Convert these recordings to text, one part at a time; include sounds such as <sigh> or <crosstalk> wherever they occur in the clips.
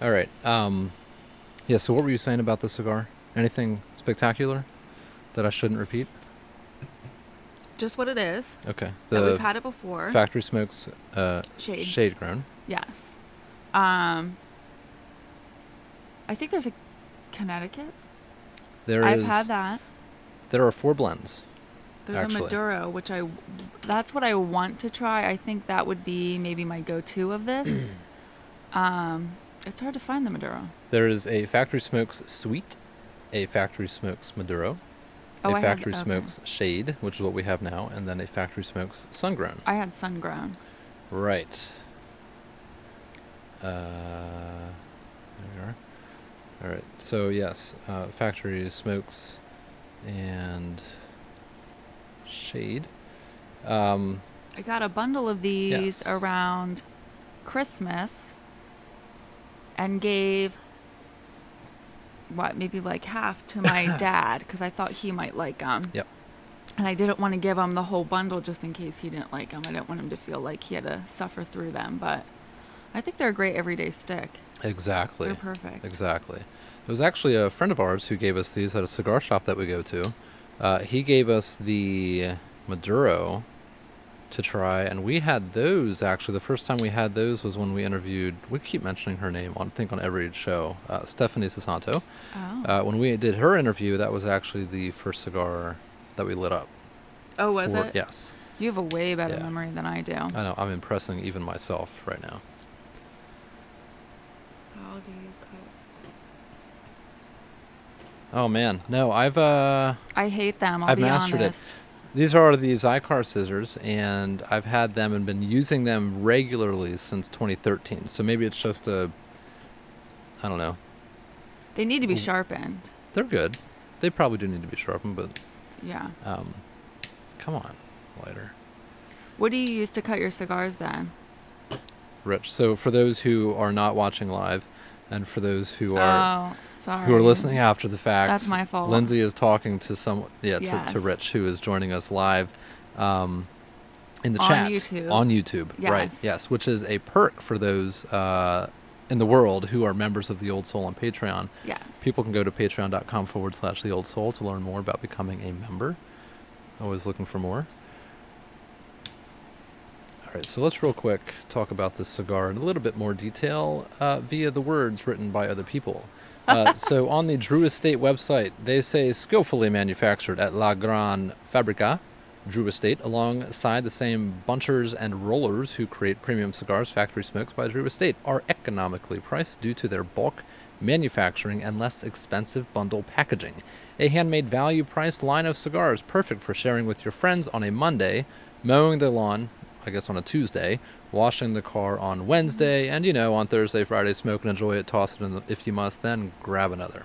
All right. Um, yeah. So what were you saying about the cigar? Anything spectacular that I shouldn't repeat? Just what it is. Okay. that we've The had it before. factory smokes uh, Shade. shade grown. Yes. Um. I think there's a Connecticut. There I've is- had that. There are four blends. There's actually. a Maduro, which I, that's what I want to try. I think that would be maybe my go-to of this. <clears throat> um, it's hard to find the Maduro. There is a factory smokes sweet, a factory smokes Maduro, Oh, a I factory had, okay. smokes shade, which is what we have now, and then a factory smokes sun grown. I had sun grown. Right. Uh, there we are. All right. So yes, uh, factory smokes and shade. Um, I got a bundle of these Yes. around Christmas, and gave what maybe like half <laughs> to my dad because I thought he might like them. Yep. And I didn't want to give him the whole bundle just in case he didn't like them. I didn't want him to feel like he had to suffer through them. But I think they're a great everyday stick. exactly. They're perfect. Exactly. It was actually a friend of ours who gave us these at a cigar shop that we go to. Uh, he gave us the Maduro to try, and we had those actually. The first time we had those was when we interviewed, we keep mentioning her name, on, I think, on every show, uh, Stephanie Sasanto. Oh. Uh, when we did her interview, that was actually the first cigar that we lit up. oh, was for- it? Yes. You have a way better Yeah. Uh, memory than I do. I know, I'm impressing even myself right now. How do you cook? Oh, man. No, I've. Uh, I hate them. I'll I've be mastered it. honest. These are these iCar scissors, and I've had them and been using them regularly since 2013. So maybe it's just a, I don't know. They need to be Mm. sharpened. They're good. They probably do need to be sharpened, but Yeah. um, come on, lighter. What do you use to cut your cigars then? Rich. So for those who are not watching live, and for those who are oh, sorry. who are listening after the fact, That's my fault. Lindsay is talking to some yeah to, Yes. to Rich who is joining us live um, in the On chat YouTube. on YouTube. Right. Yes. Yes, which is a perk for those uh, in the world who are members of the Old Soul on Patreon. Yes. People can go to patreon.com forward slash the old soul to learn more about becoming a member. Always looking for more. All right, so let's real quick talk about this cigar in a little bit more detail uh, via the words written by other people. Uh, so on the Drew Estate website, they say skillfully manufactured at La Gran Fabrica, Drew Estate, alongside the same bunchers and rollers who create premium cigars, factory smokes by Drew Estate are economically priced due to their bulk manufacturing and less expensive bundle packaging. A handmade value priced line of cigars perfect for sharing with your friends on a Monday, mowing the lawn, I guess on a Tuesday, washing the car on Wednesday, and you know, on Thursday, Friday, smoke and enjoy it, toss it in the, if you must, then grab another.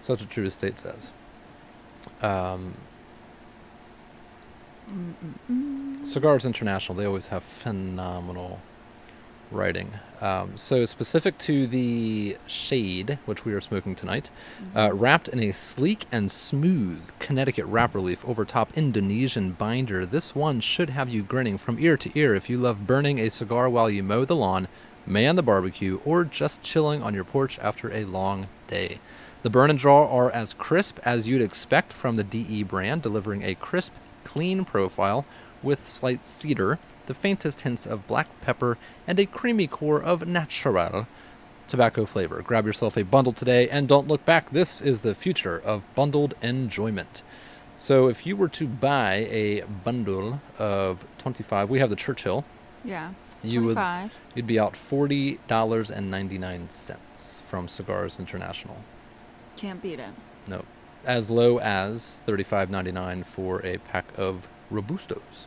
Such a true estate says. Um, Cigars International, they always have phenomenal writing. Um, so, specific to the shade, which we are smoking tonight, uh, wrapped in a sleek and smooth Connecticut wrap relief over top Indonesian binder, this one should have you grinning from ear to ear if you love burning a cigar while you mow the lawn, man the barbecue, or just chilling on your porch after a long day. The burn and draw are as crisp as you'd expect from the DE brand, delivering a crisp, clean profile with slight cedar, the faintest hints of black pepper, and a creamy core of natural tobacco flavor. Grab yourself a bundle today and don't look back. This is the future of bundled enjoyment. So, if you were to buy a bundle of 25, we have the Churchill, Yeah. You would- 25. you'd be out $40.99 from Cigars International. Can't beat it. No, as low as thirty-five ninety-nine for a pack of robustos,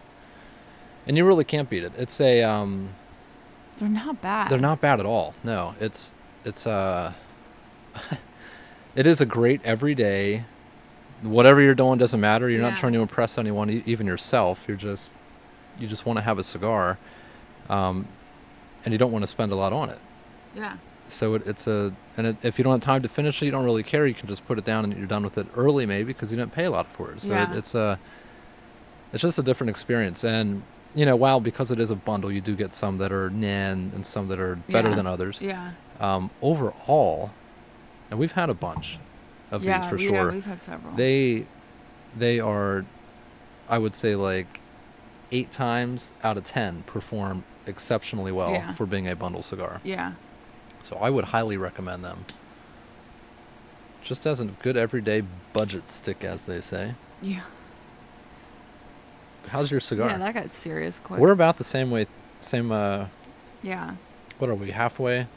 and you really can't beat it. It's a um, They're not bad. they're not bad at all. No, it's it's uh, <laughs> it is a great everyday. Whatever you're doing doesn't matter. You're not Yeah. trying to impress anyone, e- even yourself. You're just you just want to have a cigar, um, and you don't want to spend a lot on it. Yeah. So it, it's a and it, if you don't have time to finish it, you don't really care. You can just put it down and you're done with it early, maybe because you didn't pay a lot for it. So Yeah. it, it's a it's just a different experience. And you know, while because it is a bundle, you do get some that are nan and some that are better Yeah. than others. Yeah. Um, overall, and we've had a bunch of yeah, these for we- sure. Yeah, we've had several. They they are I would say like eight times out of ten perform exceptionally well Yeah. for being a bundle cigar. yeah. So I would highly recommend them. Just as a good everyday budget stick as they say. Yeah. How's your cigar? Yeah, that got serious quick. We're about the same way same uh yeah. what are we, halfway?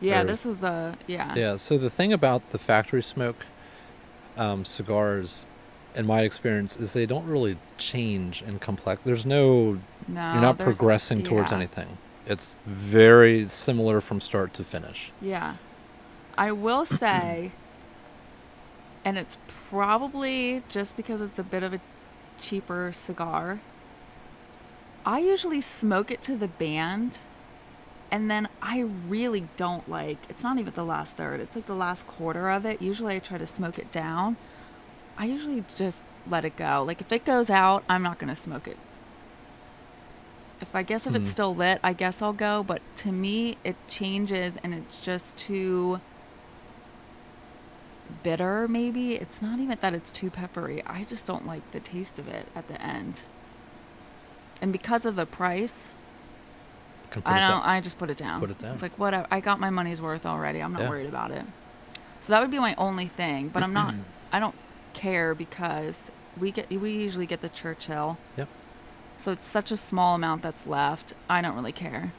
Yeah, Or- this is a yeah. Yeah. So the thing about the factory smoke um, cigars, in my experience, is they don't really change in complex. There's no. No, you're not Oh, there's- progressing towards yeah, anything. It's very similar from start to finish. Yeah, I will say, and it's probably just because it's a bit of a cheaper cigar. I usually smoke it to the band, and then I really don't like. It's not even the last third. It's like the last quarter of it. Usually, I try to smoke it down. I usually just let it go. Like if it goes out, I'm not gonna smoke it. If I guess if Hmm. it's still lit, I guess I'll go. But to me, it changes and it's just too bitter. Maybe it's not even that it's too peppery. I just don't like the taste of it at the end. And because of the price, Can put I it down- don't. I just put it down. Put it down. It's like whatever. I got my money's worth already. I'm not Yeah. worried about it. So that would be my only thing. But <clears throat> I'm not. I don't care because we get we usually get the Churchill. Yep. So it's such a small amount that's left. I don't really care.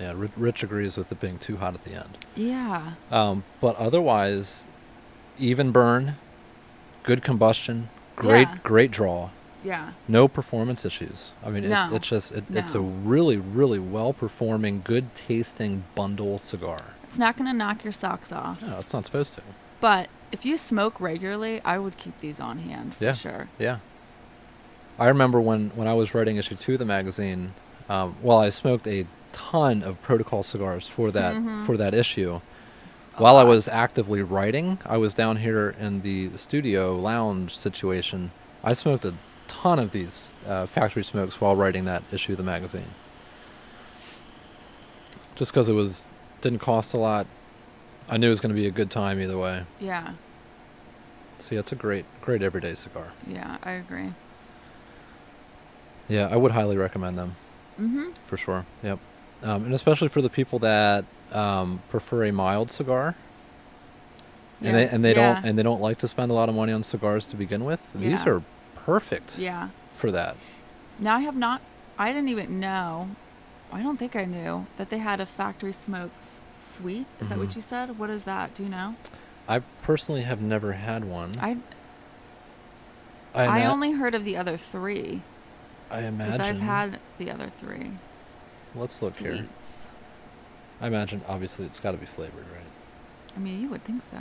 Yeah. Ri- Rich agrees with it being too hot at the end. Yeah. Um, but otherwise, even burn, good combustion, great Yeah. great draw. Yeah. no performance issues. I mean, No. it, it's just it, it's a No. really, really well performing, good tasting bundle cigar. It's not gonna knock your socks off. No, it's not supposed to. But if you smoke regularly, I would keep these on hand for Yeah. sure. Yeah. I remember when when I was writing issue two of the magazine. Um, well, I smoked a ton of protocol cigars for that Mhm. for that issue. While I lot. was actively writing, I was down here in the studio lounge situation. I smoked a ton of these uh, factory smokes while writing that issue of the magazine. Just because it was didn't cost a lot, I knew it was going to be a good time either way. Yeah. So yeah, it's a great, great everyday cigar. Yeah. I agree. Yeah, I would highly recommend them. Mm-hmm. for sure. Yep, um, and especially for the people that um, prefer a mild cigar, Yeah. and they and they don't Yeah. and they don't like to spend a lot of money on cigars to begin with. These Yeah. are perfect yeah. for that. Now I have not. I didn't even know. I don't think I knew that they had a factory smokes sweet. Is that Mhm. what you said? What is that? Do you know? I personally have never had one. I Mm-hmm. I, I ima- only heard of the other three I because imagine. I've had the other three. Let's look here. sweets. I imagine. Obviously, it's got to be flavored, right? I mean, you would think so.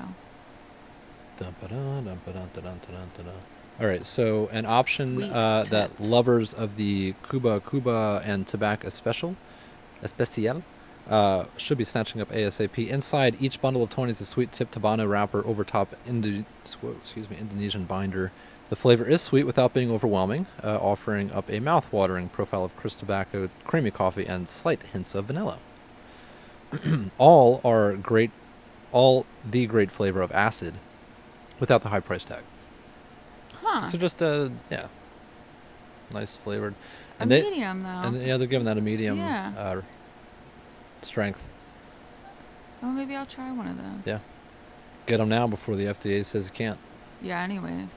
Dun ba dun, dun ba dun, dun dun dun dun dun. All right, so an option Sweet uh, that tipped. lovers of the Cuba Cuba and Tobacco Especial, Especial, uh, should be snatching up ASAP. Inside each bundle of 20 is a sweet tip Tabano wrapper over top Indo- swo- excuse me, Indonesian binder. The flavor is sweet without being overwhelming, uh, offering up a mouth-watering profile of crisp tobacco, creamy coffee, and slight hints of vanilla. <clears throat> all are great, all the great flavor of acid, without the high price tag. Huh? So just uh, yeah, nice flavored, a and they medium though. and yeah they're giving that a medium Yeah. uh, strength. oh, maybe I'll try one of those. Yeah. Get them now before the FDA says you can't. Yeah. Anyways,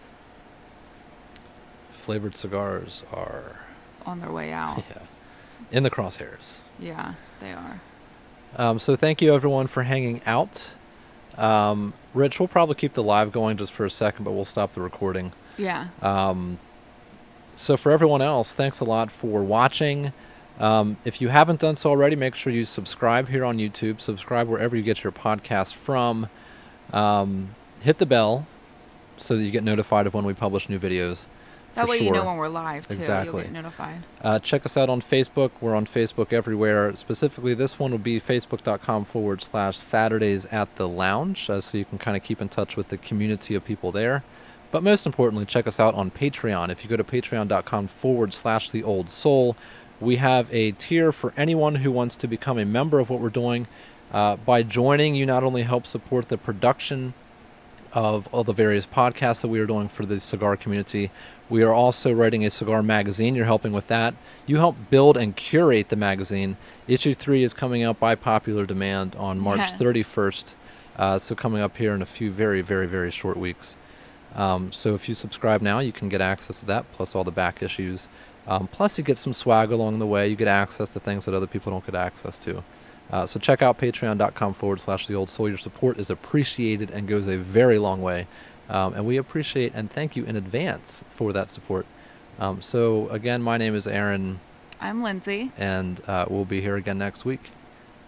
Flavored cigars are on their way out. <laughs> yeah in the crosshairs. yeah, they are. Um, so thank you everyone for hanging out. Um, Rich, we'll probably keep the live going just for a second, but we'll stop the recording. Yeah. Um, so for everyone else, thanks a lot for watching. Um, if you haven't done so already, make sure you subscribe here on YouTube. Subscribe wherever you get your podcast from. Um, hit the bell so that you get notified of when we publish new videos. That for way you know sure. when we're live too. Exactly. You'll get notified. Uh, check us out on Facebook. We're on Facebook everywhere. Specifically, this one will be facebook.com forward slash Saturdays at the Lounge, uh, so you can kind of keep in touch with the community of people there. But most importantly, check us out on Patreon. If you go to patreon.com forward slash the old soul, we have a tier for anyone who wants to become a member of what we're doing. Uh, by joining, you not only help support the production of all the various podcasts that we are doing for the cigar community, we are also writing a cigar magazine. You're helping with that. You help build and curate the magazine. Issue three is coming out by popular demand on March Yes. 31st. Uh, so, coming up here in a few very, very, very short weeks. Um, so if you subscribe now, you can get access to that, plus all the back issues. Um, plus, you get some swag along the way. You get access to things that other people don't get access to. Uh, so check out patreon.com forward slash the old soul. Your support is appreciated and goes a very long way. Um, and we appreciate and thank you in advance for that support. Um, so again, my name is Aaron, I'm Lindsay. and uh, we'll be here again next week.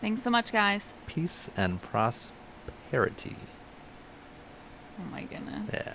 Thanks so much, guys. Peace and prosperity. Oh my goodness. Yeah.